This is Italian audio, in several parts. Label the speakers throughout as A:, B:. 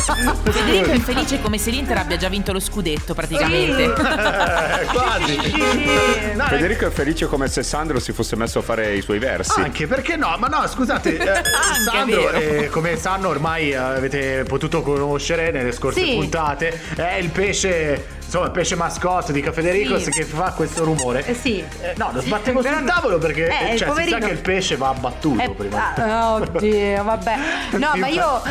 A: Zico è infelice come se l'Inter abbia già vinto lo scudetto praticamente.
B: Eh, quasi. eh,
C: No, è-
D: Federico è felice come se Sandro si fosse messo a fare i suoi versi.
B: Anche perché no, ma no, scusate, eh, Sandro,
A: è vero.
B: eh, come sanno ormai eh, avete potuto conoscere nelle scorse
E: Sì.
B: puntate, è il pesce, insomma, il pesce mascotte di Cafederico
E: Sì.
B: che fa questo rumore.
E: Eh sì.
B: Eh, no, lo sbattevo
E: Però
B: sul
E: no.
B: tavolo perché
E: Eh,
B: eh, cioè, si
E: il
B: sa
E: poverino.
B: che il pesce va abbattuto
E: Eh,
B: prima.
E: ah, oddio, vabbè. No, ma io,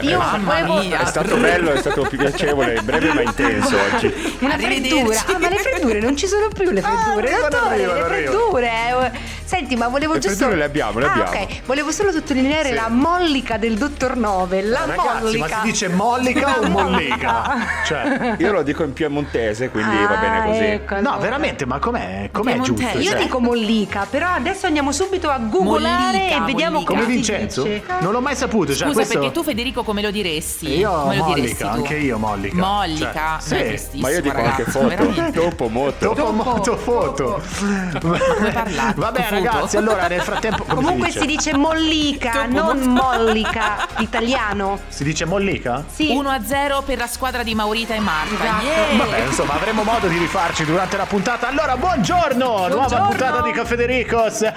E: io
A: Mamma
E: volevo
A: mia.
D: È stato bello, è stato piacevole, breve ma intenso oggi.
E: una
A: Arrivederci.
E: freddura. Ah, ma le freddure non ci sono più le freddure.
B: arrivano,
E: Dottore,
B: arrivano,
E: le
B: arrivano.
E: freddure. eh. Senti, ma volevo
D: Le
E: giusto
D: freddure le abbiamo, le
E: Ah,
D: abbiamo.
E: ok. Volevo solo sottolineare
B: Sì.
E: la mollica del dottor Nove, la
B: Eh, Ragazzi,
E: mollica.
B: ma si dice mollica o mollica? cioè,
D: Io lo dico in piemontese, quindi va bene
E: Ah,
D: così.
E: ecco,
B: no,
E: allora.
B: veramente, ma com'è, com'è
A: Piemontese.
B: giusto?
E: Io
B: Cioè,
E: dico mollica, però adesso andiamo subito a googolare
A: Mollica,
E: e vediamo
A: mollica.
B: come
E: si
B: Vincenzo?
E: dice.
B: Non l'ho mai saputo, cioè
A: Scusa,
B: questo...
A: perché tu Federico come lo diresti?
B: Eh, Io
A: come lo
B: mollica,
A: diresti tu?
B: anche io mollica.
A: Mollica,
B: Cioè,
A: eh,
B: sì.
A: tristissimo,
D: Ma io dico
A: ragazzi,
D: anche foto,
A: veramente.
D: dopo moto.
B: Dopo moto foto.
A: Come parlate?
B: Vabbè,
A: Foto.
B: ragazzi, allora nel frattempo. Come
E: Comunque
B: si
E: si
B: dice?
E: dice mollica,
A: Dopo
E: non
A: molto-
E: mollica italiano.
B: Si dice mollica?
E: Sì.
A: 1-0 per la squadra di Maurita e Marta.
E: Esatto.
A: Yeah!
B: Vabbè, insomma, avremo modo di rifarci durante la puntata. Allora, buongiorno! Nuova
E: Buongiorno.
B: puntata di Cafedericos. e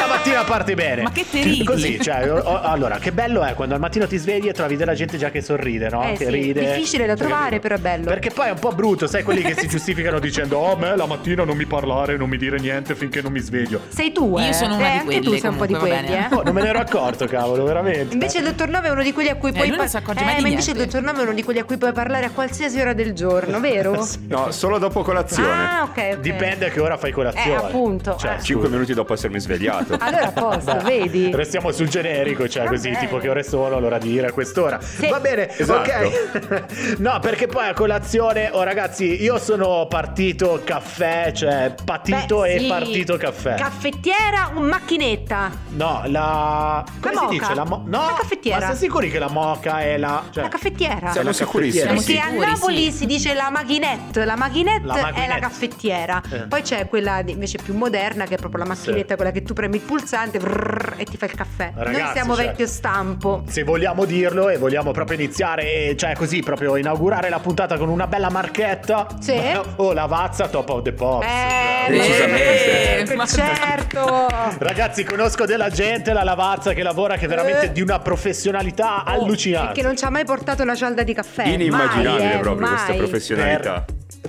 B: la mattina parte bene.
A: Ma che te ridi?
B: Così, cioè, o- o- allora, che bello è quando al mattino ti svegli e trovi della gente già che sorride, no?
E: Eh
B: che
E: sì,
B: ride.
E: difficile da
B: Cioè,
E: trovare,
B: capito?
E: però è bello.
B: Perché poi è un po' brutto, sai, quelli che si giustificano dicendo "Oh, a me la mattina non mi parlare, non mi dire niente finché non mi sveglio".
E: Sei tu, eh?
A: Io sono una
E: Eh,
A: di
E: anche
A: quelle,
E: tu sei un po' di
A: comunque, va
E: quelli,
A: bene.
E: eh.
B: Oh, non me ne ero accorto, cavolo, veramente. Eh,
E: Invece il dottor Nove è uno di quelli a cui puoi
A: lui non si accorge mai
E: Eh,
A: di
E: ma invece il
A: niente.
E: dottor Nove è uno di quelli a cui puoi parlare a qualsiasi ora del giorno, vero?
D: No, solo dopo colazione.
E: ah, ok, ok.
B: Dipende a che ora fai colazione.
E: Eh, appunto.
B: Cioè,
E: Ah.
D: 5
B: scusa.
D: minuti dopo essermi svegliato.
E: Allora a posto, vedi?
B: Restiamo sul generico, cioè
E: Va
B: così,
E: bene.
B: tipo che ore sono, l'ora di dire a quest'ora. Va bene,
D: Esatto.
B: ok. no, perché poi a colazione, oh ragazzi, io sono partito caffè, cioè patito
E: Beh,
B: e
E: sì.
B: partito caffè.
E: Caffettiera o macchinetta?
B: no, la come
E: La
B: si
E: moca.
B: dice? La, mo- no,
E: La caffettiera.
B: Ma siete sicuri che la moca è la cioè,
E: La caffettiera.
D: Siamo
B: la
D: sicurissimi.
B: caffettiera,
A: Siamo
B: sì.
E: Perché a
A: sicuri,
E: Napoli
A: sì.
E: si dice la macchinette, la macchinette
B: La
E: è la
B: macchinette.
E: caffettiera.
B: Eh.
E: Poi c'è quella di- invece più moderna che è proprio la macchinetta, quella che tu premi il pulsante brrr, e ti fa il caffè. Noi
B: Ragazzi,
E: siamo
B: cioè-
E: vecchio stampo.
B: Se vogliamo dirlo e vogliamo proprio iniziare, eh, cioè così, proprio inaugurare la puntata con una bella marchetta.
E: Sì.
B: eh, Oh, la Vazza Top of the Pops.
E: Eh,
D: Decisamente.
E: eh,
A: Ma-
E: certo.
B: Ragazzi, conosco della gente, la Lavazza, che lavora, che è veramente
E: Eh.
B: di una professionalità
E: E
B: allucinante.
E: che non ci ha mai portato una cialda di caffè.
D: Inimmaginabile
E: mai, eh,
D: proprio questa
E: mai.
D: professionalità.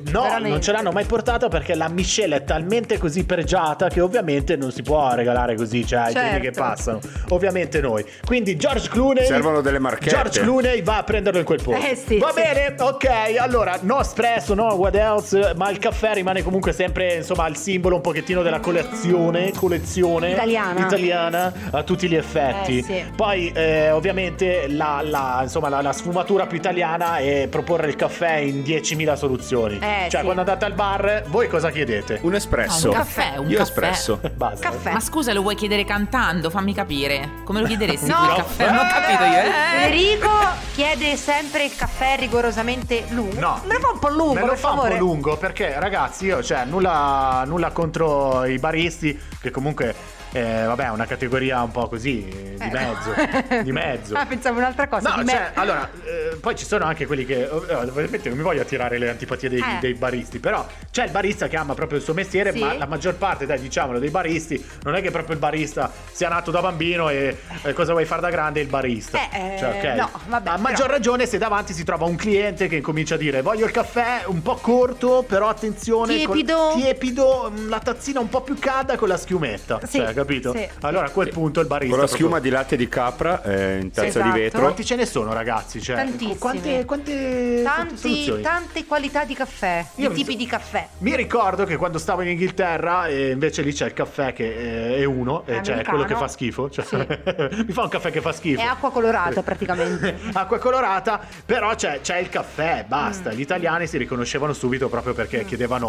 B: No,
E: Veramente.
B: non ce l'hanno mai portata perché la miscela è talmente così pregiata che ovviamente non si può regalare così, cioè ai
E: Certo.
B: primi che passano. Ovviamente noi. Quindi George Clooney
D: Servono delle marchette.
B: George Clooney va a prenderlo in quel posto.
E: Eh, sì,
B: va
E: sì.
B: bene, ok. Allora, no espresso, no what else, ma il caffè rimane comunque sempre, insomma, il simbolo un pochettino della collezione, collezione
E: Italiana.
B: italiana a tutti gli effetti.
E: Eh, sì.
B: Poi eh, ovviamente la, la- insomma, la, la sfumatura più italiana è proporre il caffè in 10.000 soluzioni.
E: Eh,
B: cioè
E: sì.
B: quando andate al bar voi cosa chiedete?
D: Un espresso.
A: Ah, un caffè, un
D: Io
A: caffè.
D: espresso.
B: Basta.
E: Caffè.
A: Ma scusa, lo vuoi chiedere cantando? Fammi capire. Come lo chiederesti?
E: No.
A: il caffè? Non ho capito io. eh.
E: Federico chiede sempre il caffè rigorosamente lungo.
B: No.
E: Me lo fa un po' lungo,
B: Me lo
E: per
B: fa
E: favore.
B: un po' lungo perché ragazzi io cioè nulla, nulla contro i baristi che comunque eh, vabbè è una categoria un po' così eh, di
E: Eh.
B: mezzo. di mezzo.
E: Ah, pensavo un'altra cosa.
B: No,
E: di me-
B: cioè, allora, eh, poi ci sono anche quelli che. eh, Ovviamente non mi voglio attirare le antipatie dei,
E: Eh.
B: dei baristi, però c'è il barista che ama proprio il suo mestiere,
E: Sì.
B: ma la maggior parte, dai, diciamolo, dei baristi non è che proprio il barista sia nato da bambino e eh, cosa vuoi fare da grande è il barista.
E: Eh, eh,
B: Cioè, ok?
E: no, vabbè,
B: A maggior
E: però-
B: ragione se davanti si trova un cliente che comincia a dire voglio il caffè un po' corto, però attenzione. col-
E: Tiepido.
B: tiepido, mm, la tazzina un po' più calda con la schiumetta.
E: Sì,
B: Cioè, capito?
E: sì.
B: Allora a quel punto il barista.
D: Con la
B: proprio-
D: schiuma di latte di capra eh, in tazza
E: Esatto.
D: di
B: tra
D: vetro.
B: Quanti ce ne sono, ragazzi? Cioè,
E: Tantissime.
B: Quante, quante, quante
E: Tanti,
B: soluzioni?
E: tante qualità di caffè,
B: Io
E: di
B: mi-
E: tipi di caffè.
B: Mi ricordo che quando stavo in Inghilterra, eh, invece lì c'è il caffè che eh, è uno, eh, cioè
E: Americano.
B: quello che fa schifo. Cioè,
E: Sì.
B: mi fa un caffè che fa schifo.
E: È acqua colorata praticamente.
B: Acqua colorata, però c'è, c'è il caffè,
E: Mm.
B: basta. Gli italiani si riconoscevano subito proprio perché chiedevano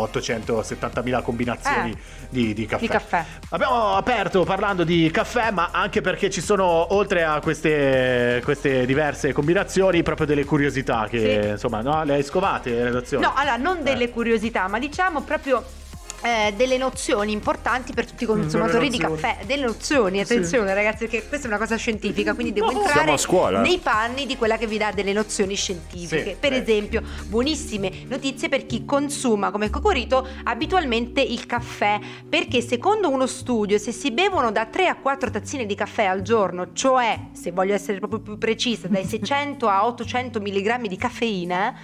B: 870.000 combinazioni
E: Eh.
B: di, di caffè.
E: Di caffè.
B: Abbiamo aperto parlando di caffè, ma anche perché ci sono, oltre a queste, queste diverse combinazioni, proprio delle curiosità che,
E: Sì.
B: insomma, no? le hai scovate, redazione.
E: No, allora non delle curiosità, ma diciamo proprio eh, delle nozioni importanti per tutti i consumatori
B: Delle
E: di
B: nozioni.
E: caffè. Delle nozioni,
B: Sì.
E: attenzione ragazzi, perché questa è una cosa scientifica, quindi devo
D: Siamo
E: entrare
D: a scuola.
E: nei panni di quella che vi dà delle nozioni scientifiche.
B: Sì,
E: per
B: beh.
E: esempio, buonissime notizie per chi consuma come Cocorito abitualmente il caffè, perché secondo uno studio se si bevono da 3 a 4 tazzine di caffè al giorno, cioè, se voglio essere proprio più precisa, dai 600 a 800 mg di caffeina,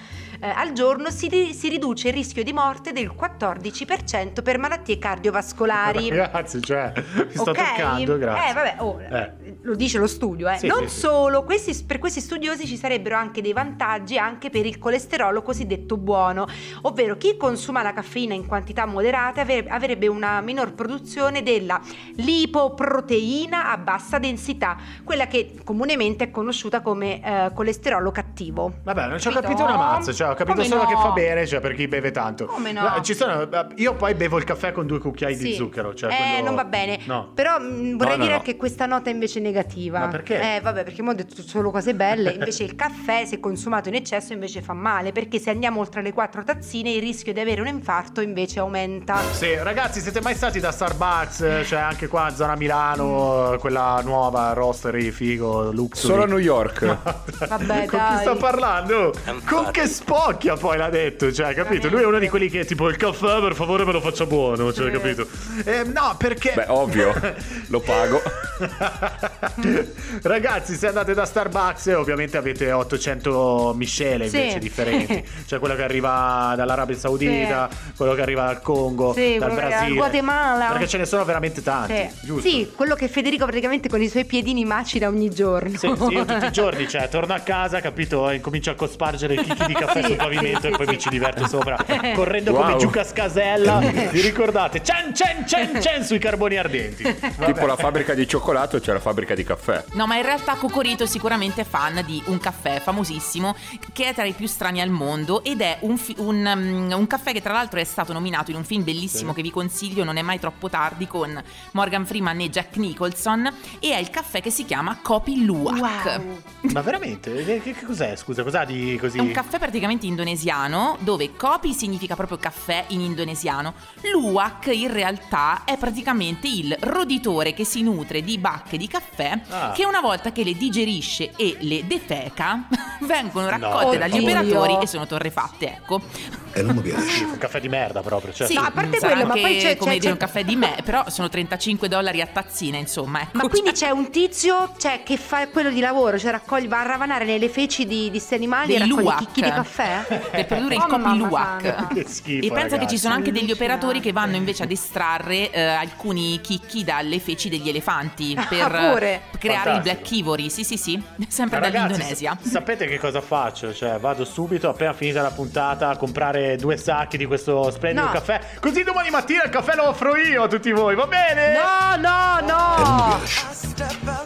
E: eh, al giorno si, ri- si riduce il rischio di morte del 14% per malattie cardiovascolari.
B: Ragazzi, cioè, mi sta
E: Ok?
B: toccando, grazie.
E: Eh, vabbè, oh,
B: Eh.
E: lo dice lo studio, eh.
B: Sì, sì,
E: non
B: sì.
E: solo, questi- per questi studiosi ci sarebbero anche dei vantaggi anche per il colesterolo cosiddetto buono, ovvero chi consuma la caffeina in quantità moderate avre- avrebbe una minor produzione della lipoproteina a bassa densità, quella che comunemente è conosciuta come eh, colesterolo cattivo.
B: Vabbè, non ci ho
E: Capito?
B: capito una mazza, cioè, ho capito
E: Come
B: solo
E: no?
B: che fa bene, cioè, per chi beve tanto.
E: Come no?
B: Ma ci sono- eh, io poi bevo il caffè con due cucchiai di
E: Sì.
B: zucchero, cioè
E: eh,
B: quello-
E: non va bene.
B: No.
E: Però mh, vorrei
D: No, no,
E: dire
D: no.
E: anche questa nota invece è negativa.
B: Ma perché?
E: Eh, vabbè, perché mo ho detto solo cose belle. Invece il caffè, se consumato in eccesso, invece fa male. Perché se andiamo oltre le quattro tazzine, il rischio di avere un infarto invece aumenta.
B: Sì, ragazzi, siete mai stati da Starbucks? eh, Cioè, anche qua a zona
E: Mm.
B: Milano, eh, quella nuova roastery figo, luxury.
D: Solo a New York.
E: Vabbè,
B: con
E: dai.
B: chi sta parlando?
C: Infatti.
B: Con che spocchia poi l'ha detto, cioè, capito? Lui è uno di quelli che tipo il caffè per favore me lo faccia buono, cioè, capito? Eh, no, perché
D: Beh, ovvio, lo pago.
B: Ragazzi, se andate da Starbucks, eh, ovviamente avete 800 miscele
E: Sì.
B: invece differenti. Cioè quello che arriva dall'Arabia Saudita, quello che arriva dal Congo,
E: Sì,
B: dal
E: quello che arriva
B: Brasile,
E: dal Guatemala.
B: Perché ce ne sono veramente tanti,
E: Sì.
B: Ah, giusto?
E: Sì, quello che Federico praticamente con i suoi piedini macina ogni giorno.
B: Sì, sì, io tutti i giorni, cioè, torno a casa, capito, e incomincio a cospargere i chicchi di caffè
E: Sì,
B: sul pavimento
E: sì,
B: e poi
E: sì.
B: mi ci diverto sopra, correndo
D: Wow.
B: come Giuca Scasella. Vi ricordate? Cen, cen, cen, cen sui carboni ardenti.
D: Tipo la fabbrica di cioccolato c'è la fabbrica di caffè.
A: No, ma in realtà Cocorito è sicuramente fan di un caffè famosissimo che è tra i più strani al mondo ed è un, fi- un, um, un caffè che tra l'altro è stato nominato in un film bellissimo che vi consiglio, non è mai troppo tardi, con Morgan Freeman e Jack Nicholson e è il caffè che si chiama Kopi Luwak.
E: Wow.
B: Ma veramente? Che, che- che cos'è? Scusa, cos'ha di così?
A: È un caffè praticamente indonesiano, dove kopi significa proprio caffè in indonesiano. Luwak in realtà è praticamente il roditore che si nutre di bacche di caffè
B: Ah.
A: che una volta che le digerisce e le defeca vengono raccolte
B: per
A: dagli
B: favore.
A: operatori e sono torrefatte, ecco.
B: Un caffè di merda proprio, cioè.
A: Sì,
E: No, a parte
A: sarà
E: quello, ma
A: anche,
E: poi c'è-
A: come
E: c'è-
A: dire
E: c'è-
A: un caffè di me, però sono 35 dollari a tazzina, insomma, ecco.
E: Ma quindi c'è un tizio cioè, che fa quello di lavoro, cioè raccoglie, va a ravanare nelle feci di, di questi animali e
A: Dei
E: raccoglie
A: luwak.
E: i chicchi di caffè?
A: Per produrre il
E: Oh,
A: copi
E: mamma
A: luwak.
E: santa.
B: Che schifo,
A: E pensa che
B: ragazzi.
A: ci sono anche degli
E: Allucinante.
A: operatori che vanno invece ad estrarre eh, alcuni chicchi dalle feci degli elefanti
E: Ah,
A: per eh,
E: pure.
A: creare il
B: Fantastico.
A: Black Ivory. Sì, sì, sì, sempre
B: Ma ragazzi,
A: dall'Indonesia.
B: s- sapete che cosa faccio? Cioè, vado subito, appena finita la puntata, a comprare due sacchi di questo splendido
E: No.
B: caffè. Così domani mattina il caffè lo offro io a tutti voi, va bene?
E: No, no, no!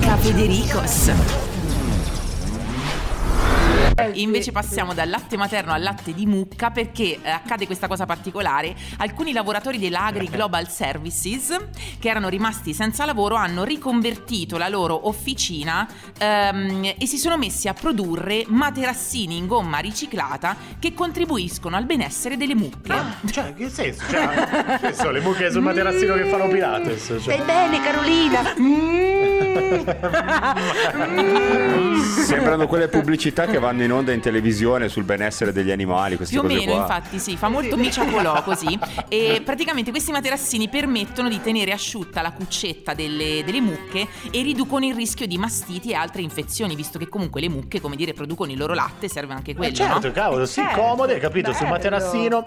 A: Cafedericos. Invece passiamo dal latte materno al latte di mucca perché eh, accade questa cosa particolare. Alcuni lavoratori dell'Agri Global Services che erano rimasti senza lavoro hanno riconvertito la loro officina ehm, e si sono messi a produrre materassini in gomma riciclata che contribuiscono al benessere delle mucche.
B: Cioè, che senso? Cioè, che so, le mucche
E: Mm.
B: sul materassino che fanno Pilates.
E: Stai
B: Cioè.
E: bene, Carolina? Mm.
D: Sembrano quelle pubblicità che vanno in onda in televisione sul benessere degli animali, queste
A: Più o
D: cose
A: meno,
D: qua.
A: infatti, sì, fa molto miciacolò così. E praticamente questi materassini permettono di tenere asciutta la cuccetta delle, delle mucche e riducono il rischio di mastiti e altre infezioni, visto che comunque le mucche, come dire, producono il loro latte, serve anche
B: Eh,
A: quello,
B: certo,
A: no?
B: cavolo, sì,
E: Certo,
B: comode, capito? Sul
E: bello.
B: materassino.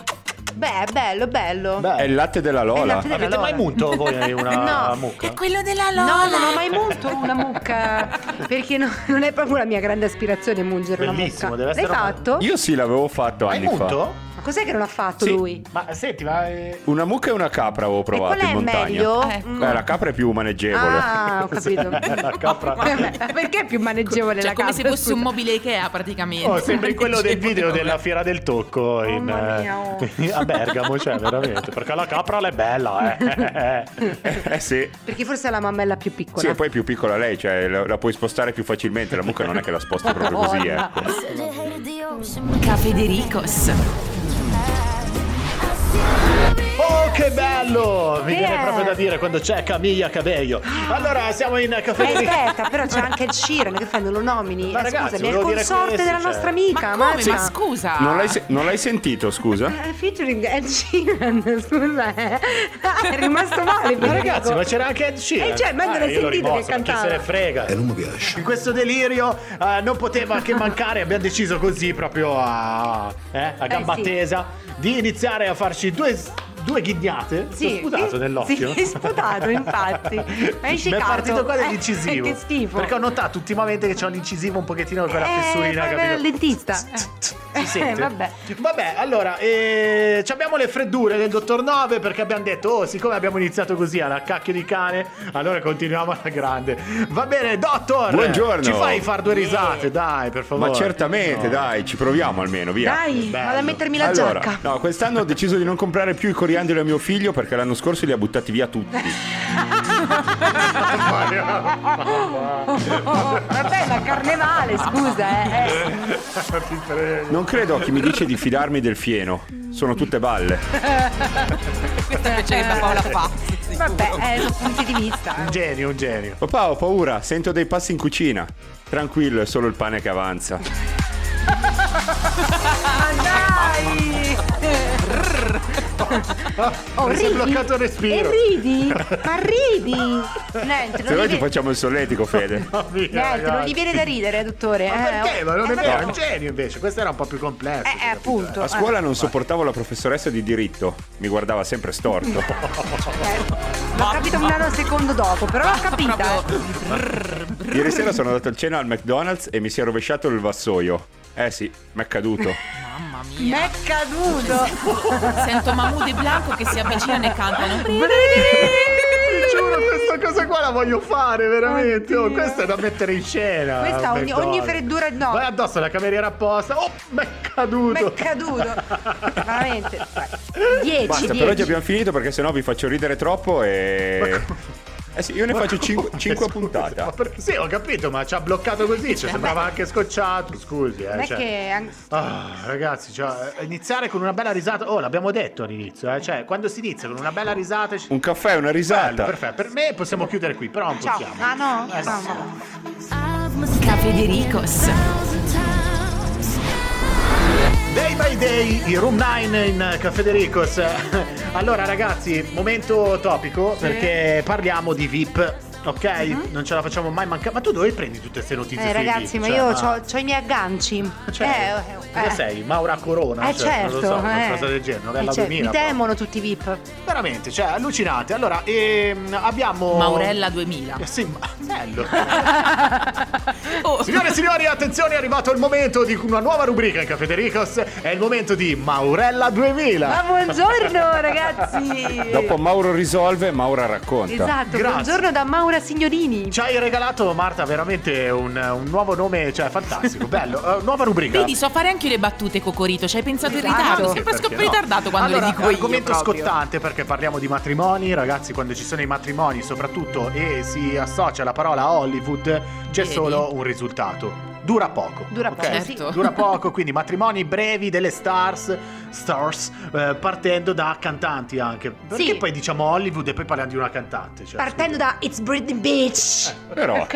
E: Beh, bello, bello.
B: Beh,
D: È il latte della
E: È il
D: Lola.
E: latte della-
B: avete mai
E: Allora.
B: munto voi una
E: No.
B: mucca?
A: È quello della
E: No,
A: Lola!
E: non ho mai munto una mucca. Perché no- non è proprio la mia grande aspirazione mungere una
B: Bellissimo,
E: mucca.
B: deve essere
E: L'hai
B: una-
E: fatto?
D: Io sì, l'avevo fatto
B: Hai
D: anni fa.
B: munto?
E: Ma cos'è che non ha fatto
D: Sì.
E: lui?
B: Ma senti, ma. eh,
D: Una mucca e una capra avevo
E: E qual
D: provato
E: è
D: in
E: il
D: montagna.
E: meglio?
A: Ah, ecco.
E: Mm.
D: Eh, la capra è più maneggevole.
E: Ah, ho capito.
B: La capra.
E: Vabbè, Perché è più maneggevole
A: Cioè,
E: la
A: come
E: capra?
A: se fosse un
E: scusa?
A: mobile Ikea, praticamente.
B: Oh, sembra in quello del video
A: Piacevole.
B: della fiera del tocco in,
E: Mamma mia, oh.
B: eh, a Bergamo, cioè veramente, perché la capra è bella, eh.
D: Eh sì.
E: Perché forse è la mammella più piccola.
D: Sì, e poi è più piccola lei, cioè la, la puoi spostare più facilmente. La mucca non è che la sposta proprio così, eh.
A: Cafedericos.
F: Cafedericos.
B: Oh, che bello! Mi
E: Che
B: viene
E: è? Ah.
B: proprio da dire quando c'è Camilla Cabello. Allora, siamo in caffè.
E: Eh, aspetta, però c'è anche il Sheeran che fai, non lo nomini.
B: Ma
E: Eh,
B: ragazzi,
E: scusami, è il
B: volevo dire
E: consorte
B: questo,
E: della
B: cioè.
E: nostra amica.
A: ma come?
E: mazza.
A: Ma scusa.
D: Non l'hai, se- non l'hai sentito, scusa?
E: Eh, Featuring Ed Sheeran, scusa, eh. Ah, è rimasto male.
B: Ma
E: Federico.
B: Eh, ragazzi, ma c'era anche Ed Sheeran.
E: Eh, cioè, ma non
B: Ah,
E: l'hai
B: io l'ho
E: sentito che
B: rimosso, ma
E: cantava?
B: Chi se ne frega.
C: E Eh, non mi piace.
B: In questo delirio eh, non poteva che mancare, abbiamo deciso così proprio a, eh, a gamba
E: sì.
B: tesa di iniziare a farci due, due ghignate.
E: Sì,
B: Ti ho sputato
E: sì,
B: nell'occhio.
E: sì, hai sputato, infatti. Mi hai
B: Mi è
E: scicato.
B: partito qua
E: Eh,
B: dell'incisivo.
E: che schifo.
B: Perché ho notato ultimamente che c'ho l'incisivo un pochettino quella
E: Eh,
B: fessurina,
E: fai
B: capito?
E: bene al dentista.
B: Si sente?
E: Eh, vabbè.
B: Vabbè, allora, eh, ci abbiamo le freddure del dottor 9 perché abbiamo detto, oh, siccome abbiamo iniziato così alla cacchio di cane, allora continuiamo alla grande. Va bene, dottor!
D: Buongiorno.
B: Ci fai far due
E: Yeah.
B: risate, dai, per favore.
D: Ma certamente,
B: No.
D: dai, ci proviamo almeno, via.
E: Dai,
B: bello.
E: vado a mettermi la
D: allora,
E: giacca.
D: no, quest'anno ho deciso di non comprare più i coriandoli a mio figlio perché l'anno scorso li ha buttati via tutti.
E: Vabbè, ma carnevale, scusa, eh. eh.
B: Ti prego.
D: Non credo a chi mi dice di fidarmi del fieno. Sono tutte balle.
A: Questa invece che Paola fa.
E: Vabbè, eh, sono punti di vista.
B: Un genio, un genio.
D: Papà, ho paura, sento dei passi in cucina. Tranquillo, è solo il pane che avanza.
E: Ma dai! Oh,
B: Mi si è
E: ridi?
B: bloccato il respiro.
E: E ridi? Ma ridi? Niente,
D: Se
E: non gli,
D: vuoi ti
E: vi-
D: facciamo il solletico, Fede.
B: Oh, via,
E: Niente, non gli
B: ragazzi.
E: viene da ridere, dottore.
B: Ma
E: eh,
B: perché? Ma non
E: eh,
B: è vero, è
E: no.
B: un genio invece. Questo era un po' più complesso.
E: Eh, eh, appunto.
D: A scuola non sopportavo la professoressa di diritto, mi guardava sempre storto.
E: L'ho capito un nanosecondo dopo, però l'ho capita. eh.
A: Proprio-
D: Ieri sera sono andato a cena al McDonald's e mi si è rovesciato il vassoio. Eh sì, mi è caduto.
A: Mamma mia.
E: Mi è caduto.
A: Sento Mahmoud e Blanco che si avvicinano e cantano.
B: Ti giuro, questa cosa qua la voglio fare, veramente. Oh,
E: Oddio.
B: questa è da mettere in scena.
E: Questa ogni-
B: McDonald's.
E: ogni freddura- no.
B: Ah, Vai addosso alla cameriera apposta. Oh, mi è caduto.
E: Mi è caduto.
B: Eh,
E: Veramente.
B: certo.
D: Basta,
E: 10,
D: però già
E: 10.
D: abbiamo finito perché sennò vi faccio ridere troppo e... Eh sì, io ne faccio
B: Ma
D: 5 a
B: scusa,
D: puntata.
B: ma perché- sì, ho capito, ma ci ha bloccato così. Cioè, sembrava anche scocciato. Scusi, eh.
E: Non è
B: cioè.
E: che... an-
B: Ah, ragazzi, cioè, iniziare con una bella risata. Oh, l'abbiamo detto all'inizio, eh. Cioè, quando si inizia con una bella risata. ci-
D: Un caffè, una
B: Bello,
D: risata.
B: perfetto. Per me possiamo chiudere qui, però non
E: Ciao.
B: possiamo.
E: Ah no?
B: Eh,
E: No,
B: sì.
E: no.
A: Federicos.
B: Day by day, i Room 9 in eh, Cafedericos. Allora ragazzi, momento topico perché parliamo di VIP, ok? Non ce la facciamo mai mancare. Ma tu dove prendi tutte queste notizie?
E: Mhm. Eh,
B: sui
E: ragazzi,
B: VIP?
E: ma
B: Cioè,
E: io ho i miei agganci.
B: Cioè,
E: eh,
B: cosa
E: eh.
B: sei? Maura Corona?
E: Eh
B: Cioè, Non
E: certo,
B: lo so, una
E: eh.
B: cosa del genere, novella
E: Eh, cioè,
B: 2000.
E: Mi
B: proprio.
E: temono tutti i VIP.
B: Veramente, cioè, allucinate. Allora, ehm, abbiamo...
A: Maurella 2000.
B: Eh, Sì, ma- bello.
A: Oh,
B: Signore e signori, attenzione, è arrivato il momento di una nuova rubrica in Cafedericos. È il momento di Maurella 2000.
E: Ma buongiorno ragazzi!
D: Dopo Mauro risolve, Maura racconta.
E: Esatto,
B: Grazie.
E: buongiorno da Maura Signorini.
B: Ci hai regalato, Marta, veramente un, un nuovo nome, cioè fantastico, bello. Eh, nuova rubrica.
A: Vedi, so fare anche io le battute, Cocorito. Ci hai pensato in
E: Esatto.
A: ritardo.
E: Sì,
A: Sempre
B: Perché
A: scopo
B: no?
A: ritardato quando
B: allora,
A: le dico io.
B: argomento
A: proprio.
B: scottante perché parliamo di matrimoni, ragazzi, quando ci sono i matrimoni soprattutto e si associa la parola Hollywood, c'è
A: Vedi?
B: solo un risultato. Dura poco.
E: Dura
B: ok?
E: poco,
A: Certo.
B: Dura poco, quindi matrimoni brevi delle stars, stars, eh, partendo da cantanti anche. Perché
E: Sì.
B: poi diciamo Hollywood e poi parliamo di una cantante? Cioè,
E: Partendo da It's Britney Beach.
D: Però...
E: Ok,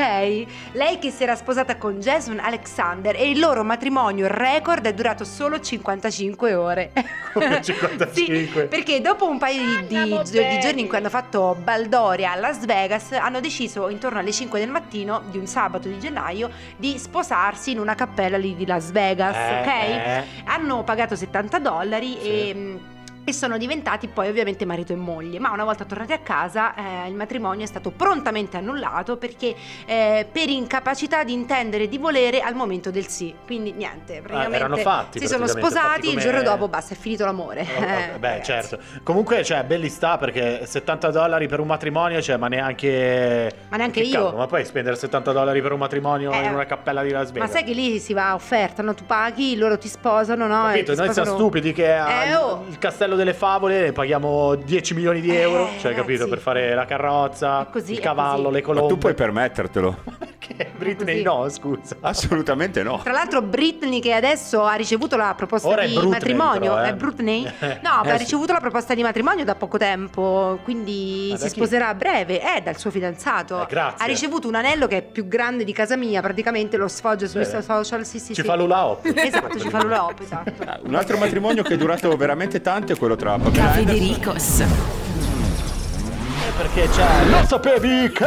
E: lei che si era sposata con Jason Alexander e il loro matrimonio record è durato solo 55 ore.
B: Come 55?
E: Sì, perché dopo un paio di, di- di giorni in cui hanno fatto Baldoria a Las Vegas, hanno deciso intorno alle 5 del mattino di un sabato di gennaio di sposarsi in una cappella lì di Las Vegas,
B: Eh,
E: ok?
B: eh.
E: Hanno pagato 70 dollari
B: Sì.
E: e... mh, e sono diventati poi ovviamente marito e moglie, ma una volta tornati a casa eh, il matrimonio è stato prontamente annullato perché eh, per incapacità di intendere e di volere al momento del sì. Quindi niente, praticamente
B: Ah, erano fatti,
E: si sono
B: praticamente,
E: sposati
B: fatti
E: il
B: come-
E: giorno dopo basta, è finito l'amore.
B: Oh, oh,
E: Eh,
B: Beh,
E: ragazzi.
B: certo. Comunque, cioè, belli sta perché 70 dollari per un matrimonio, cioè, ma neanche.
E: Ma neanche
B: Che
E: io.
B: cavolo, ma poi spendere 70 dollari per un matrimonio
E: Eh,
B: in una cappella di Las
E: Ma
B: Vegas.
E: sai che lì si va a offerta, no? tu paghi, loro ti sposano, no?
B: Capito?
E: E ti
B: Noi siamo
E: sposano-
B: stupidi che al-
E: oh.
B: il castello delle favole paghiamo 10 milioni di
E: Eh,
B: euro, cioè,
E: ragazzi.
B: capito? Per fare la carrozza,
E: È così,
B: il
E: è
B: cavallo,
E: così.
B: le
D: Ma
B: colombe.
D: tu puoi permettertelo.
B: Perché Britney
E: Così. Ah,
B: no, scusa.
D: Assolutamente no.
E: Tra l'altro Britney che adesso ha ricevuto la proposta
B: Ora è
E: di
B: Britney,
E: matrimonio,
B: però, eh.
E: è Britney?
B: Eh,
E: No,
D: eh,
E: ha
D: sì.
E: ricevuto la proposta di matrimonio da poco tempo, quindi
B: Ma da
E: si
B: chi?
E: sposerà a breve, è dal suo fidanzato.
B: Eh, grazie.
E: Ha ricevuto un anello che è più grande di casa mia, praticamente lo sfoggio sui
B: Bene.
E: social, sì sì
B: Ci
E: sì.
B: fa l'ula hop.
E: Esatto, ci fa l'ula hop, esatto.
D: Ah, Un altro matrimonio che è durato veramente tanto è quello tra
E: eh,
D: Pamela Anderson-
A: Cafedericos.
B: Perché c'è. Lo sapevi
E: Eh!
B: che.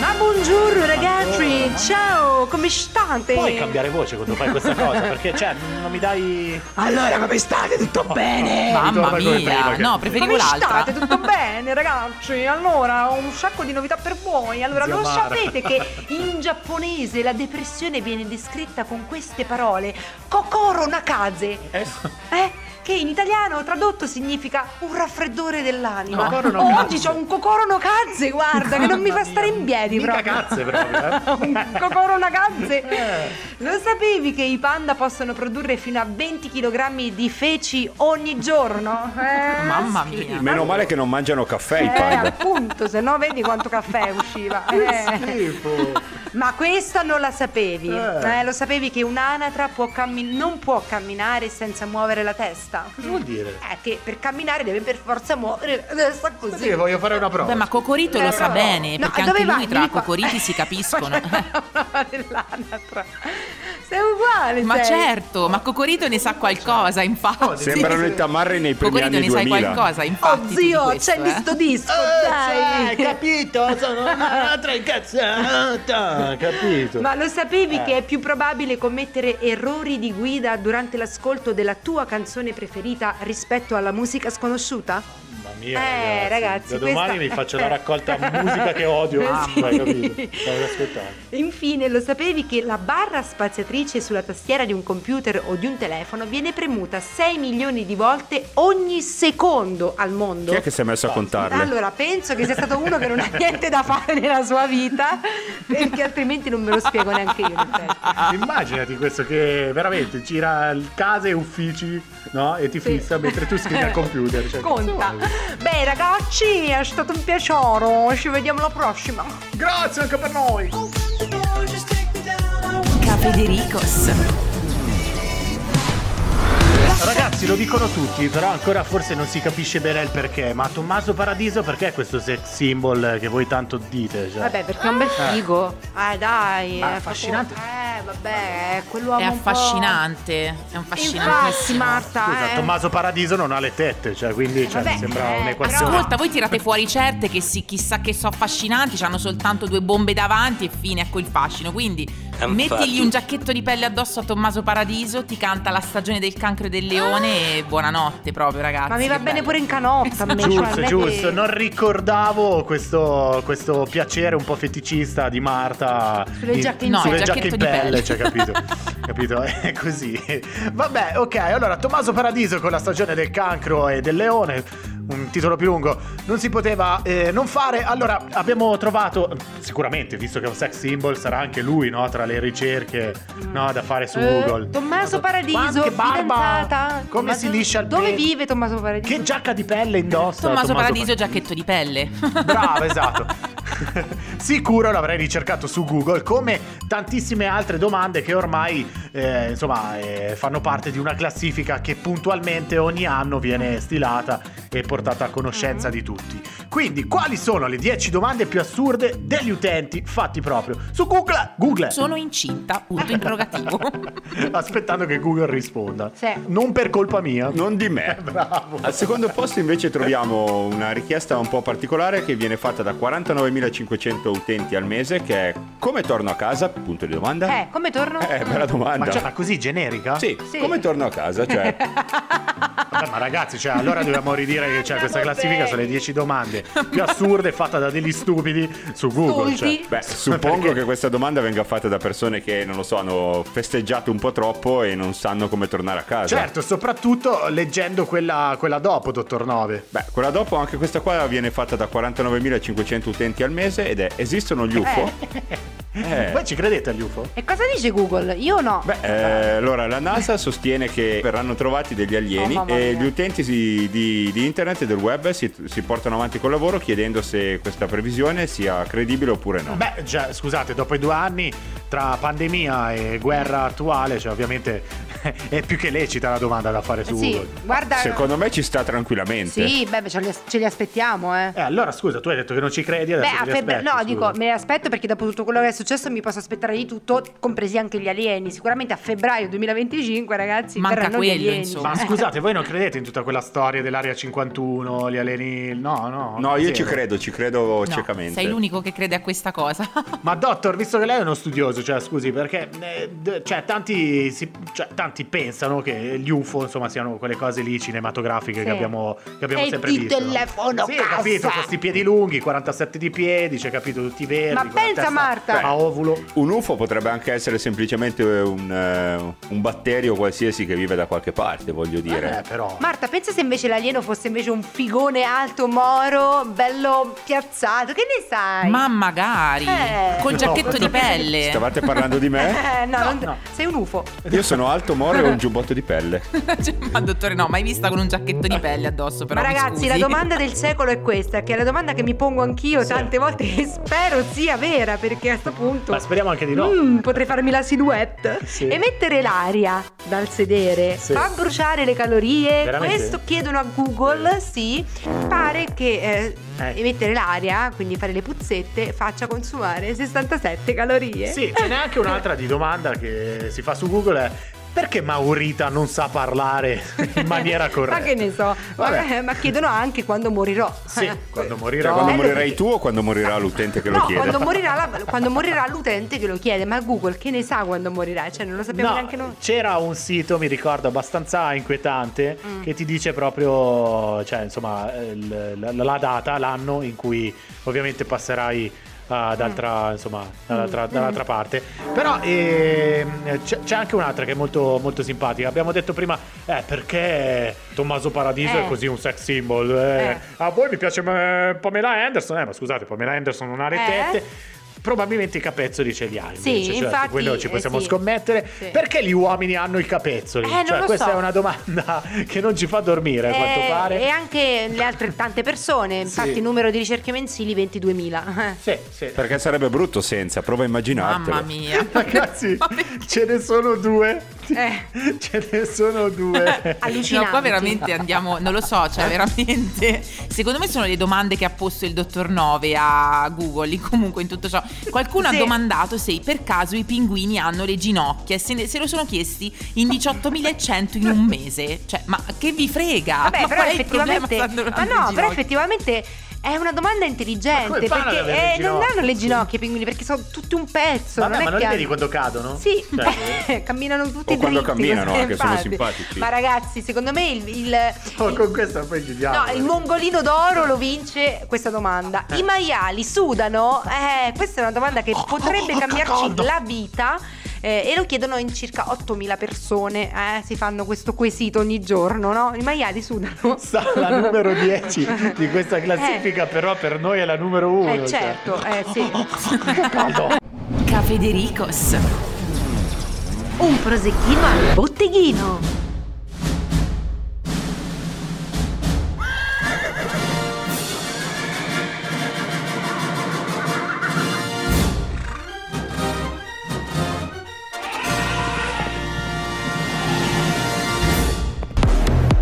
E: Ma buongiorno ragazzi, ciao, come state?
B: Puoi cambiare voce quando fai questa cosa? Perché, cioè, non mi dai.
C: Allora, come state? Tutto bene?
A: Mamma
B: ritorna come prima
A: mia,
B: che-
A: no, preferivo
E: Come
A: l'altra.
E: state? Tutto bene ragazzi? Allora, ho un sacco di novità per voi. Allora,
B: Zio
E: lo
B: Mara.
E: sapete che in giapponese la depressione viene descritta con queste parole Kokoro Nakaze,
D: Eh,
E: eh? Che in italiano tradotto significa un raffreddore dell'anima.
B: Kokoro no
E: Oh,
B: kaze.
E: oggi c'ho un Kokoro Nakaze, guarda, che non mi fa stare in piedi
B: Mica
E: proprio.
B: cazze proprio. eh.
E: Un Kokoro Nakaze. Lo sapevi che i panda possono produrre fino a 20 kg di feci ogni giorno? Eh,
A: Mamma
E: sì.
A: mia.
D: Meno male che non mangiano caffè i
E: Eh,
D: panda.
E: appunto, se no vedi quanto caffè usciva. Eh.
B: Schifo.
E: Ma questa non la sapevi.
B: Eh.
E: Eh, lo sapevi che un'anatra può cammi- non può camminare senza muovere la testa?
B: Cosa vuol dire?
E: Eh, che per camminare deve per forza muovere la testa così.
B: Sì, voglio fare una prova.
A: Beh, ma Cocorito
E: Eh,
A: lo sa
E: no.
A: bene,
E: No,
A: perché
E: dove
A: anche
E: vai?
A: lui tra
E: Vieni qua.
A: Cocoriti si capiscono.
E: Facciamo dell'anatra. Sei uguale,
A: ma
E: sei.
A: certo, ma Cocorito ne sa qualcosa, infatti.
D: Sembrano i tamarri nei primi
A: Cocorito
D: anni
A: ne sai
D: 2000.
A: qualcosa,
E: Oh
A: infatti.
E: zio,
A: di questo,
E: accendi
A: eh.
E: sto disco,
B: Hai
E: dai.
B: capito? Sono un'altra incazzata. Capito?
E: Ma lo sapevi
B: Eh.
E: che è più probabile commettere errori di guida durante l'ascolto della tua canzone preferita rispetto alla musica sconosciuta?
B: Mamma mia,
E: Eh, ragazzi,
B: da domani
E: questa-
B: mi faccio la raccolta musica che odio.
E: Sì.
B: Mamma, hai capito? Stavo ascoltando.
E: Infine, lo sapevi che la barra spaziatrice sulla tastiera di un computer o di un telefono viene premuta 6 milioni di volte ogni secondo al mondo?
D: Chi è che si è messo a contarle?
E: Allora, penso che sia stato uno che non ha niente da fare nella sua vita, perché altrimenti non me lo spiego neanche io. in effetti.
B: Ah. Immaginati questo che veramente gira il- case e uffici, no? E ti
E: Sì.
B: fissa mentre tu scrivi al computer. Cioè,
E: Conta.
B: insomma.
E: Beh, ragazzi, è stato un piacere. Ci vediamo la prossima.
B: Grazie anche per noi.
A: Cafedericos.
B: Ragazzi, lo dicono tutti, però ancora forse non si capisce bene il perché. Ma Tommaso Paradiso perché è questo sex symbol che voi tanto dite? Cioè?
E: Vabbè, perché è un bel figo. Eh, dai.
B: Ma
E: è
B: affascinante.
E: proprio- Eh, vabbè, è quell'uomo
A: È
E: un po'-
A: affascinante, è un
E: Infatti, Marta.
B: Scusa,
E: eh.
B: Tommaso Paradiso non ha le tette, cioè, quindi cioè,
E: Vabbè,
B: mi sembra
E: eh,
B: un'equazione.
A: Ascolta, voi tirate fuori certe che si, chissà che so affascinanti, hanno soltanto due bombe davanti e fine, ecco il fascino. Quindi mettigli un giacchetto di pelle addosso a Tommaso Paradiso, ti canta la stagione del cancro e del leone e buonanotte proprio ragazzi.
E: Ah! Ma mi va
A: che
E: bene
A: bello.
E: pure in canotta. a me, cioè, non
B: Giusto,
E: è
B: giusto,
E: che-
B: non ricordavo questo, questo piacere un po' feticista di Marta
E: Sulle
B: in-
E: giacche
A: in
B: sulle
A: pelle.
B: giacche in
A: Giacchetto di
B: pelle,
A: pelle.
B: cioè, capito? capito? È così. Vabbè, ok, allora Tommaso Paradiso con la stagione del cancro e del leone, un titolo più lungo, non si poteva eh, non fare. Allora, abbiamo trovato, sicuramente, visto che è un sex symbol, sarà anche lui, no? Tra le ricerche no, da fare su
E: Eh,
B: Google.
E: Tommaso Paradiso,
B: Quanche barba!
E: fidanzata.
B: Come si liscia il
E: Dove
B: pelo?
E: vive Tommaso Paradiso?
B: Che giacca di pelle indossa?
A: Tommaso,
B: Paradiso
A: Paradiso, giacchetto di pelle.
B: Bravo, esatto. Sicuro l'avrei ricercato su Google, come tantissime altre domande che ormai eh, insomma, eh, fanno parte di una classifica che puntualmente ogni anno viene stilata e portata a conoscenza di tutti. Quindi, quali sono le 10 domande più assurde degli utenti fatti proprio su Google? Google.
A: Sono incinta, punto interrogativo.
B: Aspettando che Google risponda.
E: Sì.
B: Non per colpa mia.
D: Non di me.
B: Eh, Bravo.
D: Al secondo posto invece troviamo una richiesta un po' particolare che viene fatta da 49.500 utenti al mese che è come torno a casa? Punto di domanda.
E: Eh, come torno?
D: Eh, bella
B: Ma
D: domanda.
B: cioè, ma così generica?
D: Sì,
E: Sì.
D: come torno a casa? Cioè,
B: Vabbè, ma ragazzi, cioè, allora dobbiamo ridire che c'è questa
E: Andiamo
B: classifica
E: bene.
B: sono le 10 domande più assurde fatta da degli stupidi su Google. cioè.
E: Stupidi.
D: Beh, suppongo che questa domanda venga fatta da persone che, non lo so, hanno festeggiato un po' troppo e non sanno come tornare a casa.
B: Certo, soprattutto leggendo quella, quella dopo, dottor Nove.
D: Beh, quella dopo, anche questa qua viene fatta da 49.500 utenti al mese ed è esistono gli UFO? Eh.
B: Voi ci credete agli UFO?
E: E cosa dice Google? Io no.
D: Beh, eh, allora la NASA sostiene che verranno trovati degli alieni
E: Oh, mamma
D: e
E: mia.
D: gli utenti si- di, di internet e del web si, si portano avanti col lavoro chiedendo se questa previsione sia credibile oppure no.
B: Beh, già, scusate, dopo i due anni tra pandemia e guerra attuale, cioè, ovviamente è più che lecita la domanda da fare su
E: Eh, sì,
B: Google.
E: guarda.
D: Secondo me ci sta tranquillamente.
E: Sì, beh, ce li, ce li aspettiamo, eh.
B: Eh, allora scusa, tu hai detto che non ci credi
E: Beh,
B: adesso
E: a
B: te Eh, certo, li
E: febbraio, no,
B: aspetti,
E: dico,
B: scusa.
E: me ne aspetto perché dopo tutto quello che è successo mi posso aspettare di tutto, compresi anche gli alieni. Sicuramente a febbraio 2025, ragazzi,
A: Manca
E: verranno gli
A: quello,
E: alieni.
A: insomma.
B: Ma scusate, voi non credete in tutta quella storia dell'area 51, gli alieni? No, no.
D: No, io
B: zero.
D: ci credo, ci credo
A: No,
D: ciecamente.
A: sei l'unico che crede a questa cosa.
B: Ma Dottor, visto che lei è uno studioso, cioè scusi, perché eh, d- cioè, tanti, si- cioè, tanti pensano che gli UFO insomma siano quelle cose lì cinematografiche
E: Sì.
B: che abbiamo, che abbiamo
E: E
B: sempre
E: di
B: visto. no?
E: telefono
B: Sì,
E: casa.
B: capito, questi piedi lunghi, 47 di piedi, c'è capito tutti verdi.
E: Ma
B: con la
E: pensa,
B: testa
E: Marta!
B: A ovulo.
D: Un UFO potrebbe anche essere semplicemente un, eh, un batterio qualsiasi che vive da qualche parte, voglio
B: Eh,
D: dire.
B: però.
E: Marta, pensa se invece l'alieno fosse invece un figone alto, moro, bello piazzato, che ne sai?
A: Ma magari
E: Eh.
A: col
B: No,
A: giacchetto di
B: no.
A: pelle.
D: Stavate parlando di me?
E: Eh, no, non-
B: no.
E: sei un UFO.
D: Io sono alto, moro e ho un giubbotto di pelle.
A: Cioè, ma dottore, no, mai vista con un giacchetto di pelle addosso, però.
E: Ma
A: mi
E: ragazzi,
A: scusi.
E: la domanda del secolo è questa, che è la domanda che mi pongo anch'io
B: Sì.
E: tante volte e spero sia vera, perché a sto punto
B: Ma speriamo anche di no.
E: Mm, potrei farmi la silhouette
B: Sì.
E: e mettere l'aria dal sedere
B: Sì.
E: fa bruciare le calorie.
B: Veramente?
E: Questo chiedono a Google, sì. Pare che eh,
B: Eh.
E: mettere l'aria, quindi fare le puzzette, faccia consumare 67 calorie.
B: Sì, ce n'è anche un'altra di domanda che si fa su Google è perché Maurita non sa parlare in maniera corretta?
E: Ma che ne so,
B: Vabbè.
E: ma chiedono anche quando morirò.
B: Sì, quando morirò.
D: Cioè, quando
E: Bello
D: morirai
E: che-
D: tu o quando morirà l'utente che lo
E: No,
D: chiede?
E: quando morirà, la- quando morirà l'utente che lo chiede, ma Google che ne sa quando morirà? Cioè, non lo sappiamo
B: No,
E: neanche noi.
B: c'era un sito, mi ricordo, abbastanza inquietante
E: Mm.
B: che ti dice proprio, cioè, insomma, eh, l- la, la data, l'anno in cui ovviamente passerai eh, ad
E: Mm.
B: altra, insomma, dall'altra, dall'altra parte. Però ehm, c'è, c'è anche un'altra che è molto, molto simpatica. Abbiamo detto prima, eh, perché Tommaso Paradiso
E: Eh.
B: è così un sex symbol? Eh,
E: Eh.
B: A voi mi piace eh, Pamela Anderson? Eh, ma scusate, Pamela Anderson non ha le
E: Eh.
B: tette. Probabilmente i capezzoli ce li ha
E: Sì,
B: invece, cioè,
E: infatti,
B: su quello ci
E: eh,
B: possiamo
E: sì.
B: scommettere.
E: Sì.
B: Perché gli uomini hanno i capezzoli?
E: Eh, non
B: cioè,
E: lo
B: questa
E: so.
B: è una domanda che non ci fa dormire, a quanto
E: Eh,
B: pare.
E: E anche le altre tante persone, infatti il numero di ricerche mensili 22.000.
B: Sì, sì.
D: Perché sarebbe brutto senza, prova a immaginartelo.
A: Mamma mia.
B: Ragazzi, ce ne sono due.
E: Eh.
B: Ce ne sono due.
E: Allucinante.
A: No, qua veramente andiamo, non lo so,
E: Eh.
A: cioè veramente. Secondo me sono le domande che ha posto il dottor Nove a Google. in- Comunque, in tutto ciò, qualcuno
E: Sì.
A: ha domandato se per caso i pinguini hanno le ginocchia. e Se, ne- se lo sono chiesti in 18.100 in un mese. Cioè, ma che vi frega?
E: Vabbè,
A: ma
E: però
A: qual è il
E: effettivamente
A: problema quando
E: Ma
A: hanno le
E: no, però
A: ginocchia?
E: effettivamente è una domanda
B: Ma
E: intelligente
B: come fanno ad
E: perché
B: avere le
E: eh, non
B: ginocchia?
E: hanno le
B: Sì.
E: ginocchia i pinguini perché sono tutti un pezzo,
B: Vabbè,
E: non è
B: ma non
E: che
B: li
E: hanno-
B: vedi quando cadono?
E: Sì,
B: Cioè,
E: camminano tutti
D: O quando
E: dritti,
D: camminano,
E: così,
D: anche, sono
E: infatti.
D: simpatici.
E: Ma ragazzi, secondo me il, il-
B: oh,
E: il-
B: con questa poi eh. chiudiamo.
E: No, il mongolino d'oro lo vince questa domanda.
B: Eh.
E: I maiali sudano? Eh, questa è una domanda
B: Oh,
E: che potrebbe cambiarci la vita. eh, e lo chiedono in circa 8.000 persone. Eh, si fanno questo quesito ogni giorno, no? I maiali sudano.
B: Sta la numero 10 di questa classifica, cioè. Oh, però per noi è la numero 1.
E: Eh, certo, eh, sì.
A: Cafedericos.
F: Un prosecchino al botteghino.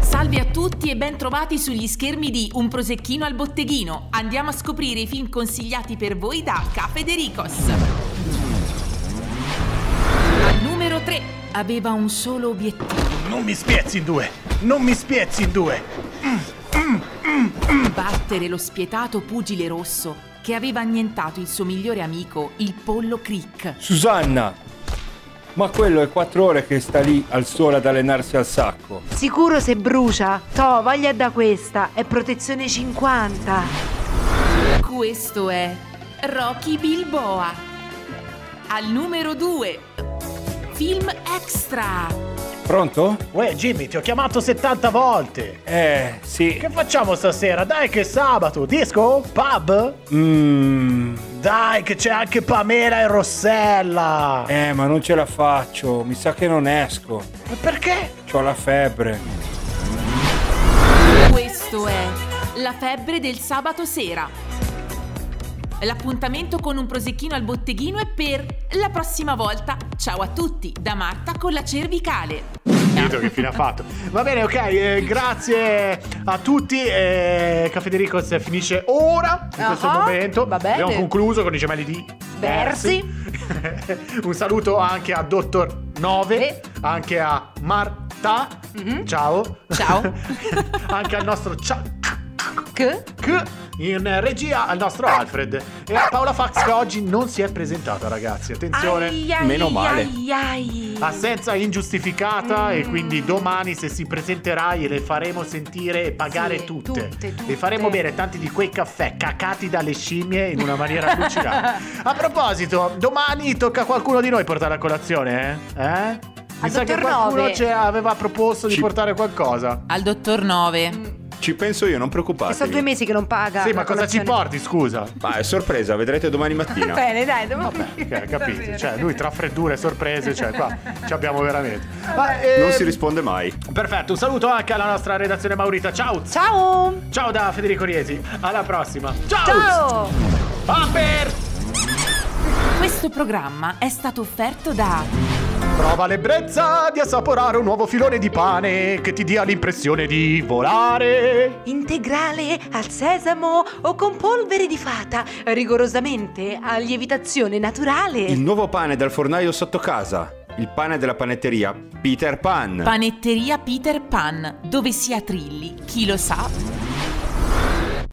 A: Salve a tutti e ben trovati sugli schermi di Un prosecchino al botteghino. Andiamo a scoprire i film consigliati per voi da Cafedericos. Al numero 3 aveva un solo obiettivo.
B: Non mi spiezzi in due. Non mi spiezzi in due. Mm,
A: Battere lo spietato pugile rosso che aveva annientato il suo migliore amico, il pollo Crick.
G: Susanna,
D: Ma quello è quattro ore che sta lì al sole ad allenarsi al sacco.
E: Sicuro se brucia. To, voglia da questa. È protezione 50.
A: Questo è Rocky Bilboa. Al numero 2. Film extra.
D: Pronto?
B: Uè, Jimmy, ti ho chiamato 70 volte.
D: Eh, sì.
B: Che facciamo stasera? Dai che è sabato, disco? Pub?
D: Mmm.
B: Dai che c'è anche Pamela e Rossella.
D: Eh, ma non ce la faccio. Mi sa che non esco.
B: Ma perché?
D: Ho la febbre.
A: Questo è La febbre del sabato sera. L'appuntamento con un prosecchino al botteghino è per la prossima volta. Ciao a tutti, da Marta con la cervicale.
B: Capito che fine ha fatto. Va bene, ok, eh, grazie a tutti. Eh, Caffè di Ricos finisce ora, in questo
E: Ah,
B: momento.
E: va bene.
B: Abbiamo concluso con i gemelli di
E: Versi.
B: Un saluto anche a Dottor 9,
E: Eh.
B: anche a Marta.
E: Mhm.
B: Ciao.
A: Ciao.
B: anche al nostro ciao.
E: Che?
B: K in regia al nostro Alfred e a Paola Fax che oggi non si è presentata ragazzi attenzione
E: Ai, ai,
D: meno male.
E: ai, ai.
B: assenza ingiustificata e quindi domani se si presenterà le faremo sentire e pagare
E: Sì,
B: tutte.
E: tutte, tutte.
B: le faremo bere tanti di quei caffè cacati dalle scimmie in una maniera allucinante a proposito domani tocca a qualcuno di noi portare a colazione eh? eh? mi
E: Al
B: sa che
E: dottor
B: qualcuno
E: Nove.
B: ce- aveva proposto di
D: Ci-
B: portare qualcosa
A: Al dottor 9.
D: Ci penso io, non
E: Che sono due
D: preoccupatevi.
E: mesi che non paga.
B: sì ma
E: la
B: cosa ci
E: colazione.
B: porti scusa
D: Ma è sorpresa, vedrete domani mattina.
E: Bene, dai, dobbiamo
B: Vabbè, ok, capito, cioè lui tra freddure e sorprese, cioè qua ci abbiamo veramente. Ma, eh,
D: Non si risponde mai.
B: Perfetto, un saluto anche alla nostra redazione Maurita, ciao!
E: Ciao!
B: Ciao da Federico Riesi, alla prossima! Ciao!
E: Ciao!
B: Paper!
A: Questo programma è stato offerto da
B: Prova l'ebbrezza di assaporare un nuovo filone di pane che ti dia l'impressione di volare!
E: Integrale al sesamo o con polvere di fata, rigorosamente a lievitazione naturale.
D: Il nuovo pane dal fornaio sotto casa. Il pane della panetteria Peter Pan.
A: Panetteria Peter Pan, dove sia trilli, chi lo sa.